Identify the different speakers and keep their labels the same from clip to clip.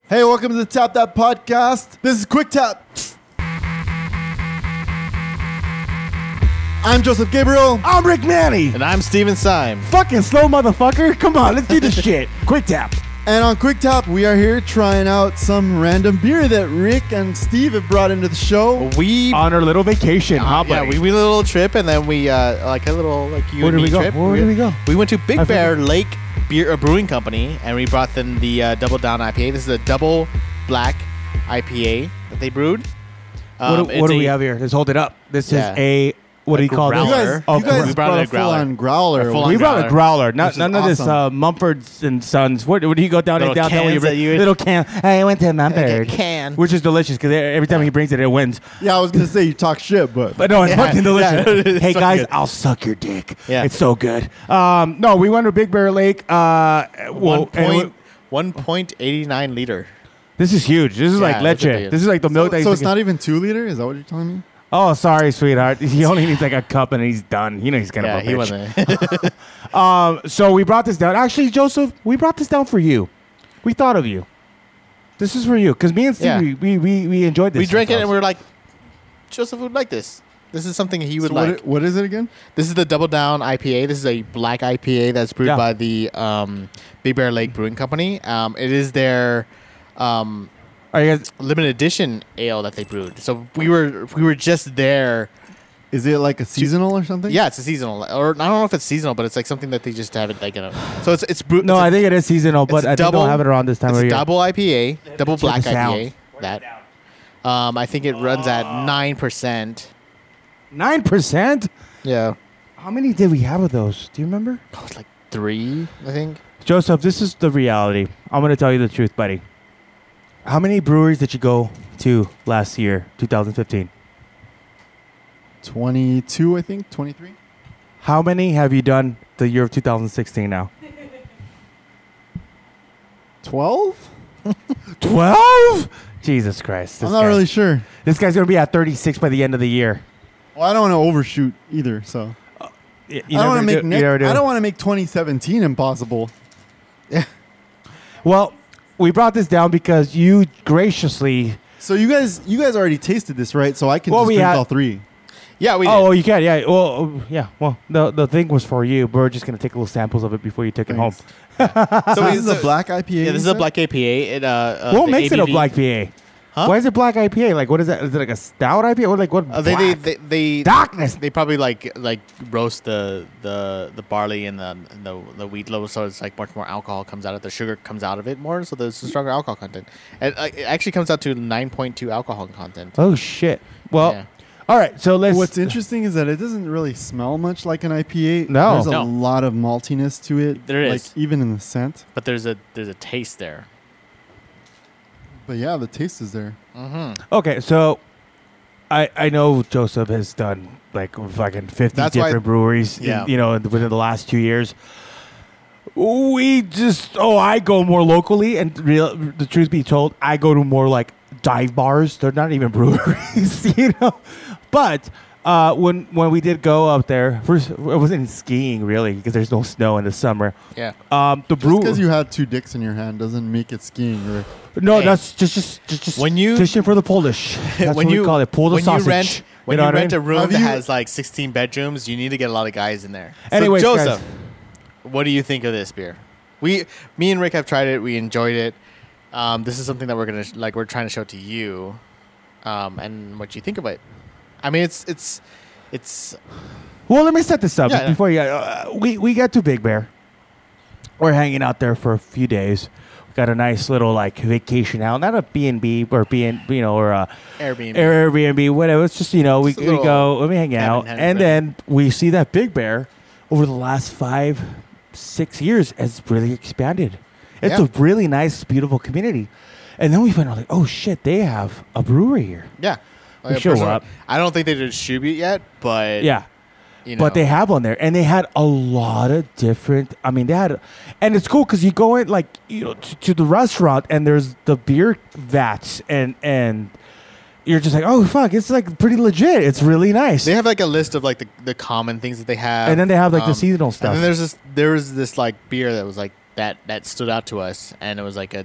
Speaker 1: Hey, welcome to the Tap That Podcast. This is Quick Tap. I'm Joseph Gabriel.
Speaker 2: I'm Rick Manny.
Speaker 3: And I'm Steven Syme.
Speaker 2: Fucking slow motherfucker. Come on, let's do this shit. Quick tap.
Speaker 1: And on Quick Tap, we are here trying out some random beer that Rick and Steve have brought into the show.
Speaker 3: We uh,
Speaker 2: On our little vacation, huh,
Speaker 3: yeah,
Speaker 2: buddy?
Speaker 3: we, we did a little trip and then we uh, like a little like you
Speaker 2: Where did
Speaker 3: and me
Speaker 2: we go?
Speaker 3: trip.
Speaker 2: Where did we go?
Speaker 3: We went to Big
Speaker 2: I
Speaker 3: Bear Lake Beer uh, Brewing Company and we brought them the uh, Double Down IPA. This is a double black IPA that they brewed.
Speaker 2: what
Speaker 3: Um,
Speaker 2: do,
Speaker 3: it's
Speaker 2: what do
Speaker 3: a-
Speaker 2: we have here? Let's hold it up. This
Speaker 3: Yeah.
Speaker 2: is a what do you call
Speaker 1: You
Speaker 3: growler.
Speaker 2: this?
Speaker 1: guys,
Speaker 2: Oh,
Speaker 1: you guys
Speaker 3: we brought
Speaker 1: brought,
Speaker 3: in
Speaker 1: a
Speaker 3: a growler.
Speaker 1: full-on growler.
Speaker 3: A full-on
Speaker 2: We brought a growler. Not,
Speaker 1: Which is
Speaker 2: none of this
Speaker 1: awesome.
Speaker 2: uh, Mumford's and Sons. What, what do you go down
Speaker 3: Little
Speaker 2: and down? down
Speaker 3: cans
Speaker 2: you bring-
Speaker 3: that you would-
Speaker 2: little can. I went to Mumford.
Speaker 3: can.
Speaker 2: Which is delicious because every time he brings it, it wins.
Speaker 1: yeah, I was gonna say you talk shit, but,
Speaker 2: But no, it's
Speaker 3: Yeah,
Speaker 2: fucking delicious.
Speaker 3: yeah, it's
Speaker 2: hey
Speaker 3: fucking
Speaker 2: guys,
Speaker 3: good.
Speaker 2: I'll suck your dick.
Speaker 3: Yeah.
Speaker 2: It's so good. Um, no, we went to Big Bear Lake. Uh, well,
Speaker 3: One
Speaker 2: and we-
Speaker 3: point one point eighty nine liter.
Speaker 2: This is huge. This is
Speaker 3: Yeah,
Speaker 2: like
Speaker 3: look at
Speaker 2: leche.
Speaker 3: these.
Speaker 2: This is like the milk. that
Speaker 1: so,
Speaker 2: you
Speaker 1: so it's
Speaker 2: think-
Speaker 1: not even two liter. Is that what you're telling me?
Speaker 2: Oh, sorry, sweetheart. He only needs like a cup and he's done. You know he's gonna.
Speaker 3: Yeah,
Speaker 2: Yeah,
Speaker 3: he wasn't. yeah,
Speaker 2: Um, so we brought this down. Actually, Joseph, we brought this down for you. We thought of you. This is for you because me and Steve,
Speaker 3: Yeah.
Speaker 2: we, we, we we enjoyed this.
Speaker 3: we drank it and
Speaker 2: sometimes.
Speaker 3: we were like, Joseph would like this. This is something he would
Speaker 1: So what
Speaker 3: like.
Speaker 1: i- what is it again?
Speaker 3: This is the Double Down IPA. This is a black IPA that's brewed
Speaker 2: Yeah.
Speaker 3: by the um, Big Bear Lake Brewing Company. Um, it is their um,
Speaker 2: Are you guys?
Speaker 3: limited edition ale that they brewed. So we were we were just there.
Speaker 1: Is it like a seasonal or something?
Speaker 3: Yeah, it's a seasonal, or I don't know if it's seasonal, but it's like something that they just have it like in a. So it's it's brewed.
Speaker 2: No,
Speaker 3: it's a-
Speaker 2: I think it is seasonal,
Speaker 3: it's
Speaker 2: but
Speaker 3: a
Speaker 2: I think
Speaker 3: double-
Speaker 2: they'll have it around this time
Speaker 3: It's
Speaker 2: of
Speaker 3: a
Speaker 2: year.
Speaker 3: double IPA, double
Speaker 2: Check
Speaker 3: black
Speaker 2: this out.
Speaker 3: IPA. That. Um, I think it runs at nine percent.
Speaker 2: Nine percent.
Speaker 3: Yeah,
Speaker 2: How many did we have of those? Do you remember?
Speaker 3: oh, it's like three, I think.
Speaker 2: Joseph, this is the reality. I'm going to tell you the truth, buddy. How many breweries did you go to last year, 2015?
Speaker 1: Twenty-two, I think. Twenty-three.
Speaker 2: How many have you done the year of 2016 now?
Speaker 1: Twelve.
Speaker 2: 12? Jesus Christ. This
Speaker 1: I'm not
Speaker 2: guy-
Speaker 1: really sure.
Speaker 2: This guy's going to be at 36 by the end of the year.
Speaker 1: Well, I don't want to overshoot either. So
Speaker 2: Y- You,
Speaker 1: I don't want to make
Speaker 2: never do- you
Speaker 1: next-
Speaker 2: never do.
Speaker 1: I don't want to make 2017 impossible.
Speaker 2: Well, we brought this down because you graciously.
Speaker 1: So you guys, you guys already tasted this, right? So I can
Speaker 2: Well,
Speaker 1: just
Speaker 2: we
Speaker 1: drink
Speaker 2: had-
Speaker 1: all three.
Speaker 3: Yeah, we.
Speaker 2: Oh,
Speaker 3: did.
Speaker 2: you can. Yeah. Well, um, yeah. Well, the, the thing was for you, but we're just going to take little samples of it before you take it home.
Speaker 1: Thanks.
Speaker 3: so
Speaker 1: So
Speaker 3: we-
Speaker 1: this is a
Speaker 3: so-
Speaker 1: black IPA.
Speaker 3: Yeah,
Speaker 1: you
Speaker 3: this is a
Speaker 1: said?
Speaker 3: black IPA. It, uh, uh,
Speaker 2: What
Speaker 3: the
Speaker 2: makes it a
Speaker 3: ABV
Speaker 2: black PA?
Speaker 3: Huh?
Speaker 2: Why is it black IPA? Like, what is that? Is it like a stout IPA or like what?
Speaker 3: Uh, they, they,
Speaker 2: black?
Speaker 3: they, they,
Speaker 2: darkness.
Speaker 3: they probably like like roast the the, the barley and the, and the the wheat low, so it's like much more alcohol comes out of it. The sugar comes out of it more, so there's a stronger alcohol content. And uh, it actually comes out to nine point two alcohol content.
Speaker 2: Oh shit. Well,
Speaker 3: Yeah.
Speaker 2: all right. So let's.
Speaker 1: What's interesting is that it doesn't really smell much like an IPA.
Speaker 2: No.
Speaker 1: there's a
Speaker 3: No.
Speaker 1: lot of maltiness to it.
Speaker 3: There
Speaker 1: like,
Speaker 3: is.
Speaker 1: even in the scent.
Speaker 3: But there's a there's a taste there.
Speaker 1: But yeah, the taste is there.
Speaker 2: okay, so I I know Joseph has done like fucking fifty
Speaker 3: That's why-
Speaker 2: different breweries. in-
Speaker 3: Yeah.
Speaker 2: you know, within the last two years. We just oh I go more locally and real the truth be told I go to more like dive bars they're not even breweries you know but uh, when when we did go up there first it wasn't skiing really because there's no snow in the summer
Speaker 3: Yeah.
Speaker 2: um the
Speaker 1: Just
Speaker 2: brew
Speaker 1: because you had two dicks in your hand doesn't make it skiing. Or
Speaker 2: No,
Speaker 3: Hey.
Speaker 2: that's just just just just
Speaker 3: When you-
Speaker 2: fishing for the Polish. That's what we call it. Pull the
Speaker 3: when
Speaker 2: sausage.
Speaker 3: you rent when
Speaker 2: know
Speaker 3: you,
Speaker 2: what I
Speaker 3: rent
Speaker 2: mean?
Speaker 3: a room
Speaker 1: Have
Speaker 3: that
Speaker 1: you-
Speaker 3: has like sixteen bedrooms, you need to get a lot of guys in there.
Speaker 2: Anyways,
Speaker 3: so
Speaker 2: guys.
Speaker 3: Joseph, what do you think of this beer? We, me and Rick have tried it. We enjoyed it. Um, this is something that we're gonna sh- like. We're trying to show to you, um, and what you think of it. I mean, it's it's it's
Speaker 2: Well, let me set this up
Speaker 3: Yeah, yeah.
Speaker 2: before you. Uh, we we got to Big Bear. We're hanging out there for a few days. We got a nice little like vacation out, not a B and B or B and you know or a
Speaker 3: Airbnb.
Speaker 2: Airbnb, whatever. It's just you know we,
Speaker 3: Just a
Speaker 2: we
Speaker 3: little
Speaker 2: go let me hang
Speaker 3: cabin
Speaker 2: out,
Speaker 3: hang,
Speaker 2: and
Speaker 3: right.
Speaker 2: then we see that Big Bear over the last five six years has really expanded. It's
Speaker 3: Yeah.
Speaker 2: a really nice, beautiful community. And then we find out like, oh shit, they have a brewery here.
Speaker 3: yeah.
Speaker 2: We
Speaker 3: a
Speaker 2: show
Speaker 3: personal-
Speaker 2: up.
Speaker 3: I don't think they distribute yet, but
Speaker 2: Yeah.
Speaker 3: you know,
Speaker 2: But they have one there, and they had a lot of different. I mean, they had, and it's cool because you go in like you know to, to the restaurant, and there's the beer vats, and and you're just like, oh fuck, it's like pretty legit. It's really nice.
Speaker 3: They have like a list of like the, the common things that they have, um,
Speaker 2: And then they have, like, the seasonal stuff.
Speaker 3: And then there's this there was this like beer that was like that that stood out to us, and it was like a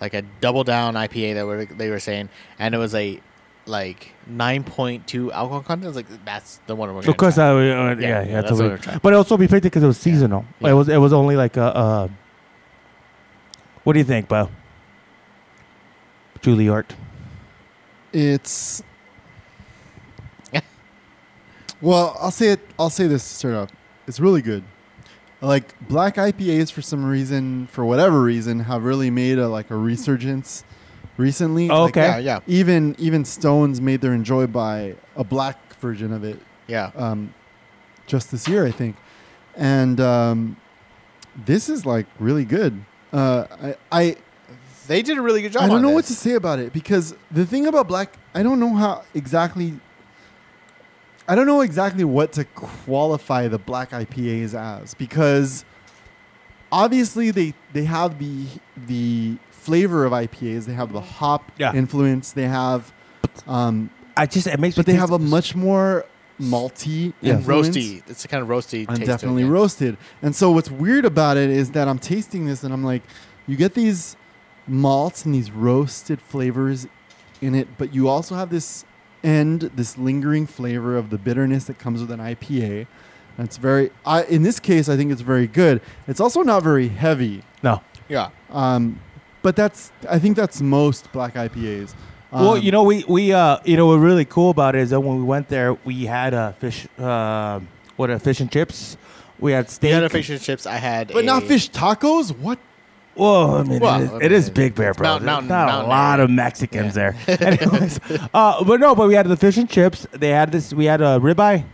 Speaker 3: like a double down IPA that were they were saying, and it was a like nine point two alcohol content. I was like that's the one we're gonna
Speaker 2: Of course,
Speaker 3: try.
Speaker 2: I, would- uh,
Speaker 3: Yeah,
Speaker 2: yeah, yeah,
Speaker 3: yeah, that's
Speaker 2: totally.
Speaker 3: what we're trying.
Speaker 2: But also we picked it because it was seasonal.
Speaker 3: Yeah.
Speaker 2: It was it was only like a. Uh, what do you think, Bo? Juilliard.
Speaker 1: It's well, I'll say it. I'll say this to start off. It's really good. Like black IPAs, for some reason, for whatever reason, have really made a like a resurgence recently.
Speaker 2: Oh,
Speaker 1: Like,
Speaker 2: okay.
Speaker 3: yeah, yeah,
Speaker 1: even even Stones made their enjoy by a black version of it
Speaker 3: yeah.
Speaker 1: um, just this year, I think. And um, this is like really good. Uh, I, I
Speaker 3: They did a really good job.
Speaker 1: I don't
Speaker 3: on
Speaker 1: know what
Speaker 3: this.
Speaker 1: to say about it because the thing about black, I don't know how exactly. I don't know exactly what to qualify the black IPAs as because obviously they they have the the flavor of IPAs, they have the hop
Speaker 2: Yeah.
Speaker 1: influence, they have, um,
Speaker 2: I just it makes me.
Speaker 1: but they
Speaker 2: taste-
Speaker 1: have a much more malty
Speaker 2: Yeah.
Speaker 1: and
Speaker 3: roasty. It's a kind of roasty.
Speaker 1: I'm
Speaker 3: taste to it,
Speaker 1: definitely
Speaker 3: yeah.
Speaker 1: roasted. And so what's weird about it is that I'm tasting this and I'm like, you get these malts and these roasted flavors in it, but you also have this end, this lingering flavor of the bitterness that comes with an IPA. And it's very, I, in this case, I think it's very good. It's also not very heavy,
Speaker 2: no.
Speaker 3: Yeah,
Speaker 1: um, but that's, I think that's most black IPAs.
Speaker 2: well,
Speaker 1: Um,
Speaker 2: you know, we we uh, you know, what really cool about it is that when we went there, we had a fish. Uh, what a fish and chips. We had steak.
Speaker 3: you had a fish and chips. I had,
Speaker 1: but
Speaker 3: a-
Speaker 1: not fish tacos. What?
Speaker 2: Well, I mean,
Speaker 3: Well,
Speaker 2: it, is,
Speaker 3: I
Speaker 2: it is
Speaker 3: mean,
Speaker 2: Big Bear,
Speaker 3: it's
Speaker 2: bro.
Speaker 3: mountain-
Speaker 2: There's
Speaker 3: mountain-
Speaker 2: not a
Speaker 3: mountain
Speaker 2: lot
Speaker 3: area.
Speaker 2: of Mexicans there. Anyways, uh, but no, but we had the fish and chips. They had this. We had a ribeye.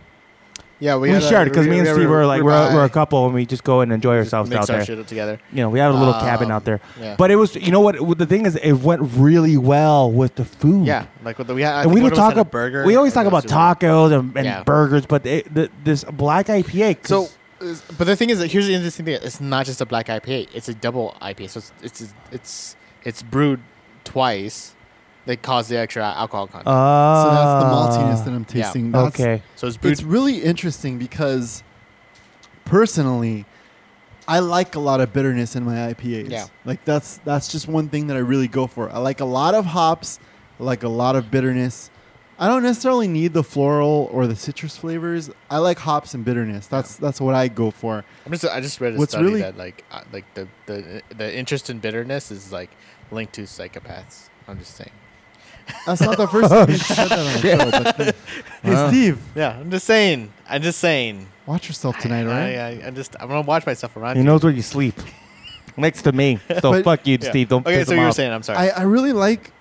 Speaker 3: Yeah, we,
Speaker 2: We,
Speaker 3: had a-
Speaker 2: shared because me and
Speaker 3: had a
Speaker 2: Steve were like we're,
Speaker 3: ribeye.
Speaker 2: a- we're a couple, and we just go and enjoy
Speaker 3: Just
Speaker 2: ourselves
Speaker 3: mix
Speaker 2: out
Speaker 3: our
Speaker 2: there.
Speaker 3: shit together.
Speaker 2: You know, we had a little cabin
Speaker 3: Um,
Speaker 2: out there.
Speaker 3: yeah.
Speaker 2: But it was, you know what? The thing is, it went really well with the food.
Speaker 3: Yeah, like what the, we had. I
Speaker 2: Hmm. And
Speaker 3: think
Speaker 2: we
Speaker 3: one
Speaker 2: don't
Speaker 3: of us
Speaker 2: talk
Speaker 3: had a
Speaker 2: about
Speaker 3: burger.
Speaker 2: We always
Speaker 3: and
Speaker 2: talk
Speaker 3: the
Speaker 2: about
Speaker 3: rest of
Speaker 2: tacos and, and
Speaker 3: Yeah.
Speaker 2: burgers, but it, the, this black IPA. 'cause-
Speaker 3: us- So, is- but the thing is that here's the interesting thing: it's not just a black IPA; it's a double IPA. So it's it's it's it's brewed twice. They cause the extra alcohol content.
Speaker 2: uh,
Speaker 1: so that's the maltiness that I'm
Speaker 3: yeah.
Speaker 1: tasting. That's,
Speaker 2: Okay.
Speaker 3: so it's brewed.
Speaker 1: it's really interesting because personally i like a lot of bitterness in my ipas
Speaker 3: Yeah.
Speaker 1: like that's that's just one thing that i really go for i like a lot of hops I like a lot of bitterness i don't necessarily need the floral or the citrus flavors i like hops and bitterness that's that's what i go for
Speaker 3: I'm just, I just read a
Speaker 1: what's
Speaker 3: study
Speaker 1: really-
Speaker 3: that like uh, like the, the the interest in bitterness is like linked to psychopaths. I'm just saying.
Speaker 1: that's not the first
Speaker 3: Oh,
Speaker 1: time you said that on the show but hey steve
Speaker 3: Yeah, I'm just saying. I'm just saying.
Speaker 1: watch yourself tonight all right
Speaker 3: I, I, I'm just. I'm gonna watch myself around.
Speaker 2: He
Speaker 3: you.
Speaker 2: knows where you sleep. Next to me. So
Speaker 1: But-
Speaker 2: fuck you,
Speaker 3: Yeah.
Speaker 2: Steve. Don't
Speaker 3: Okay,
Speaker 2: piss
Speaker 3: so
Speaker 2: him
Speaker 3: you were
Speaker 2: off.
Speaker 3: saying. I'm sorry.
Speaker 1: I, I really like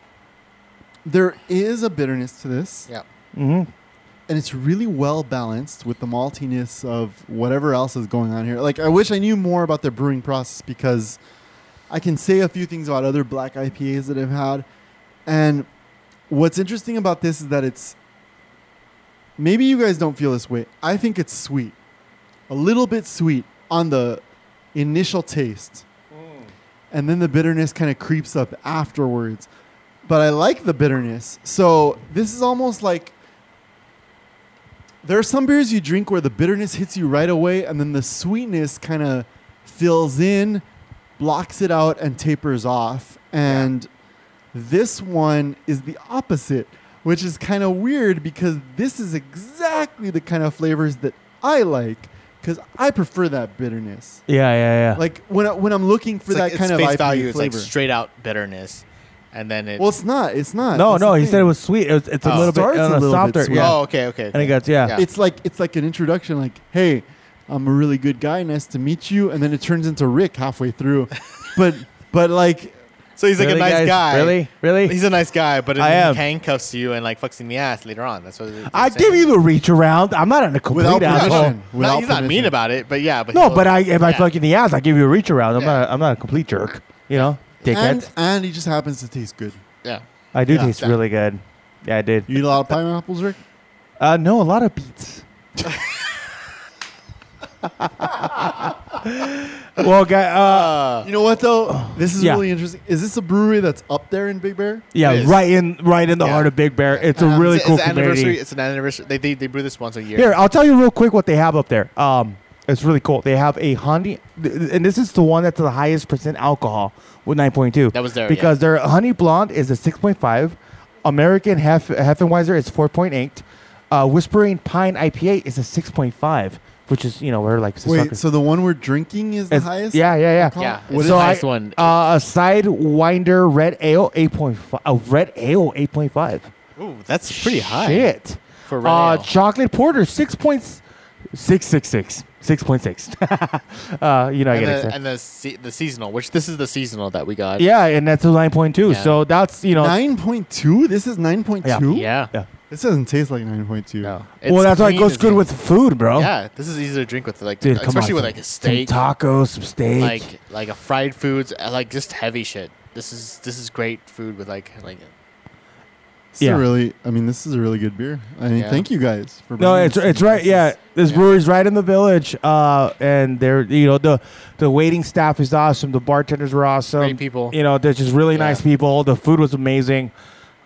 Speaker 1: there is a bitterness to this
Speaker 3: yeah.
Speaker 2: Mhm.
Speaker 1: and it's really well balanced with the maltiness of whatever else is going on here. Like I wish I knew more about their brewing process because I can say a few things about other black IPAs that I've had. And what's interesting about this is that it's maybe you guys don't feel this way. I think it's sweet. A little bit sweet on the initial taste. And then the bitterness kind of creeps up afterwards. But I like the bitterness. So this is almost like there are some beers you drink where the bitterness hits you right away and then the sweetness kind of fills in, blocks it out, and tapers off. And this one is the opposite, which is kind of weird because this is exactly the kind of flavors that I like because I prefer that bitterness.
Speaker 2: Yeah, yeah, yeah.
Speaker 1: Like when, I, when I'm looking for
Speaker 3: It's
Speaker 1: that
Speaker 3: like,
Speaker 1: kind of
Speaker 3: it's face
Speaker 1: IPA
Speaker 3: value.
Speaker 1: flavor.
Speaker 3: It's like straight out bitterness, and then it.
Speaker 1: well, it's not. It's not.
Speaker 2: no,
Speaker 1: That's
Speaker 2: no.
Speaker 1: the
Speaker 2: He
Speaker 1: thing.
Speaker 2: said it was sweet. It was, it's
Speaker 3: Oh.
Speaker 2: a little bit
Speaker 1: Starts
Speaker 2: on
Speaker 1: a
Speaker 2: the
Speaker 1: little bit
Speaker 2: softer.
Speaker 1: sweet.
Speaker 2: yeah.
Speaker 3: Oh, okay, okay.
Speaker 2: And it got yeah.
Speaker 3: Yeah.
Speaker 1: it's like it's like an introduction like hey i'm a really good guy nice to meet you and then it turns into rick halfway through but but like
Speaker 3: so he's like
Speaker 2: Really,
Speaker 3: a nice
Speaker 2: guys?
Speaker 3: guy.
Speaker 2: Really, really.
Speaker 3: He's a nice guy, but
Speaker 2: I
Speaker 3: then
Speaker 2: am.
Speaker 3: he handcuffs you and like fucks you in the ass later on. That's what. they're
Speaker 2: I
Speaker 3: saying.
Speaker 2: give you the reach around. I'm not a complete
Speaker 1: Without
Speaker 3: No, no,
Speaker 2: asshole.
Speaker 1: permission.
Speaker 3: no,
Speaker 1: Without
Speaker 3: he's not mean
Speaker 1: permission.
Speaker 3: about it, but yeah, but
Speaker 2: No,
Speaker 3: he'll-
Speaker 2: but I if I
Speaker 3: yeah.
Speaker 2: fuck you in the ass, I give you a reach around. I'm
Speaker 3: Yeah.
Speaker 2: not. I'm not a complete jerk. You know, dickhead.
Speaker 1: and and he just happens to taste good
Speaker 3: Yeah.
Speaker 2: I do
Speaker 3: Yeah.
Speaker 2: taste really good. Yeah, I did.
Speaker 1: you eat a lot of pineapples rick
Speaker 2: Uh, no, a lot of beats. well, guy. Uh,
Speaker 3: Uh,
Speaker 1: you know what though this is
Speaker 2: Yeah.
Speaker 1: really interesting is this a brewery that's up there in big bear
Speaker 2: yeah,
Speaker 3: It is.
Speaker 2: right in right in the
Speaker 3: Yeah.
Speaker 2: heart of Big Bear. It's a
Speaker 1: Um,
Speaker 2: really
Speaker 3: it's,
Speaker 2: cool
Speaker 3: it's an
Speaker 2: community.
Speaker 3: anniversary. It's an anniversary. They, they, they brew this once a year.
Speaker 2: Here, I'll tell you real quick what they have up there. Um, it's really cool. They have a Hondi, th- th- and this is the one that's the highest percent alcohol, with 9.2.
Speaker 3: That was there, yeah.
Speaker 2: because their Honey Blonde is a 6.5, American Hef- Heffenweiser is 4.8, uh, Whispering Pine IPA is a 6.5, which is you know we're like
Speaker 1: Wait,
Speaker 2: Sisaka-
Speaker 1: so the one we're drinking is the
Speaker 2: It's-
Speaker 1: highest?
Speaker 2: Yeah, yeah, yeah.
Speaker 1: alcohol?
Speaker 3: Yeah,
Speaker 1: What
Speaker 3: it's
Speaker 1: is
Speaker 3: the
Speaker 1: it?
Speaker 3: highest one.
Speaker 2: Uh, a Sidewinder Red Ale 8.5. A uh, Red Ale 8.5.
Speaker 3: Ooh, that's pretty high.
Speaker 2: Shit.
Speaker 3: For red
Speaker 2: uh,
Speaker 3: ale.
Speaker 2: Chocolate Porter 6.666. 6.6. uh, you know, I get
Speaker 3: and the,
Speaker 2: excited.
Speaker 3: and the, se- the seasonal, which this is the seasonal that we got.
Speaker 2: Yeah, and that's a 9.2.
Speaker 3: Yeah.
Speaker 2: So that's, you know.
Speaker 1: Nine point two. This is nine point two.
Speaker 3: Yeah.
Speaker 2: Yeah.
Speaker 1: This doesn't taste like nine point two.
Speaker 3: No.
Speaker 2: well,
Speaker 3: It's
Speaker 2: that's why it
Speaker 3: clean
Speaker 2: goes
Speaker 3: as
Speaker 2: good
Speaker 3: you-
Speaker 2: with food, bro.
Speaker 3: Yeah, this is easy to drink with, like,
Speaker 2: Dude, come
Speaker 3: especially
Speaker 2: on.
Speaker 3: with
Speaker 2: some-
Speaker 3: like a steak,
Speaker 2: Some tacos, some steak.
Speaker 3: like like a fried foods, uh, like just heavy shit. This is this is great food with like like
Speaker 1: This is a
Speaker 2: Yeah.
Speaker 1: really. I mean, this is a really good beer. I mean,
Speaker 3: Yeah.
Speaker 1: thank you guys for.
Speaker 2: No,
Speaker 1: bringing
Speaker 2: it's
Speaker 1: this.
Speaker 2: it's right.
Speaker 1: This
Speaker 2: Yeah,
Speaker 1: is-
Speaker 2: this
Speaker 3: yeah.
Speaker 2: brewery's right in the village, uh, and they're you know the the waiting staff is awesome. The bartenders were awesome.
Speaker 3: Great people.
Speaker 2: You know, they're just really
Speaker 3: Yeah.
Speaker 2: nice people. The food was amazing.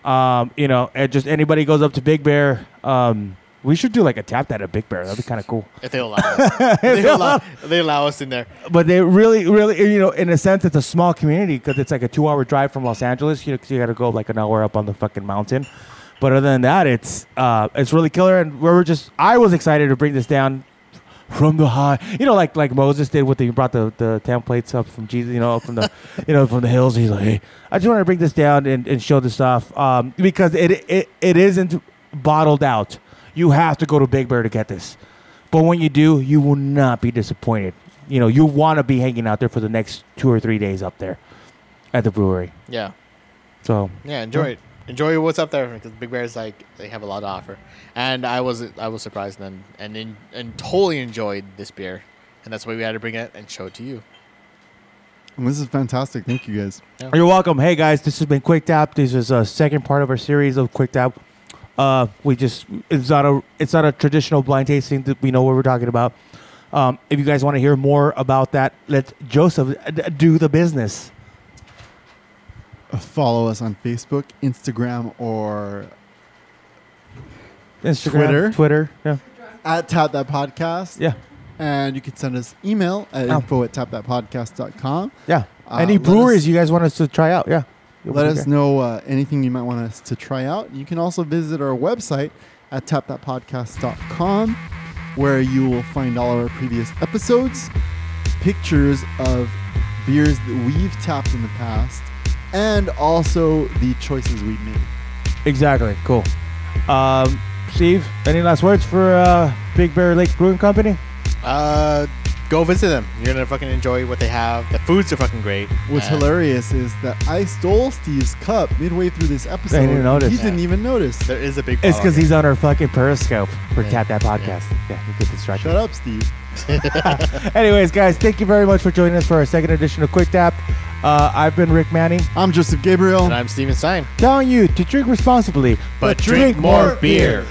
Speaker 2: Um, you know, and just anybody goes up to Big Bear. Um, we should do like a tap that at Big Bear. That'd be kind of cool.
Speaker 3: if they allow us. If they, allow, if they allow us in there.
Speaker 2: But they really, really, you know, in a sense, it's a small community because it's like a two-hour drive from Los Angeles. You know, 'cause you got to go like an hour up on the fucking mountain. But other than that, it's uh, it's really killer, and we were just I was excited to bring this down from the high, you know, like like Moses did with the, he brought the the templates up from Jesus, you know, from the you know from the hills. He's like, hey, I just want to bring this down and, and show this off um, because it, it it isn't bottled out. You have to go to Big Bear to get this, but when you do, you will not be disappointed. You know, you want to be hanging out there for the next two or three days up there at the brewery.
Speaker 3: Yeah.
Speaker 2: So
Speaker 3: Yeah, enjoy it. Enjoy what's up there because Big Bear's like they have a lot to offer, and I was I was surprised then and in, and totally enjoyed this beer, and that's why we had to bring it and show it to you.
Speaker 1: This is fantastic. Thank you guys.
Speaker 2: You're welcome. Hey guys, this has been Quick Tap. This is a second part of our series of Quick Tap. Uh, we just it's not a it's not a traditional blind tasting. That we know what we're talking about. Um, if you guys want to hear more about that, let Joseph uh, d- do the business.
Speaker 1: Uh, Follow us on Facebook, Instagram, or
Speaker 2: Instagram,
Speaker 1: Twitter.
Speaker 2: Twitter, yeah,
Speaker 1: at Tap That Podcast.
Speaker 2: yeah,
Speaker 1: And you can send us email at
Speaker 2: Oh.
Speaker 1: info at tapthatpodcast.com.
Speaker 2: yeah.
Speaker 1: Uh,
Speaker 2: Any
Speaker 1: let us-
Speaker 2: breweries you guys want us to try out? Yeah,
Speaker 1: Let us know uh, anything you might want us to try out. You can also visit our website at tapthatpodcast.com where you will find all our previous episodes, pictures of beers that we've tapped in the past, and also the choices we made.
Speaker 2: Exactly. Cool. Um, Steve, any last words for uh, Big Bear Lake Brewing Company?
Speaker 3: Uh, go visit them. You're gonna fucking enjoy what they have. The foods are fucking great.
Speaker 1: What's
Speaker 3: and
Speaker 1: hilarious is that I stole Steve's cup midway through this episode.
Speaker 2: didn't notice.
Speaker 1: He didn't even notice.
Speaker 3: There is a big.
Speaker 2: It's
Speaker 3: bottle
Speaker 2: because
Speaker 3: here.
Speaker 2: he's on our fucking Periscope for
Speaker 3: Yeah.
Speaker 2: Tap That Podcast. Yeah, you get distracted.
Speaker 1: Shut up, Steve.
Speaker 2: Anyways, guys, thank you very much for joining us for our second edition of Quick Tap. Uh, I've been Rick Manning,
Speaker 1: I'm Joseph Gabriel.
Speaker 3: And I'm Steven Stein.
Speaker 2: telling you to drink responsibly,
Speaker 3: But drink more beer.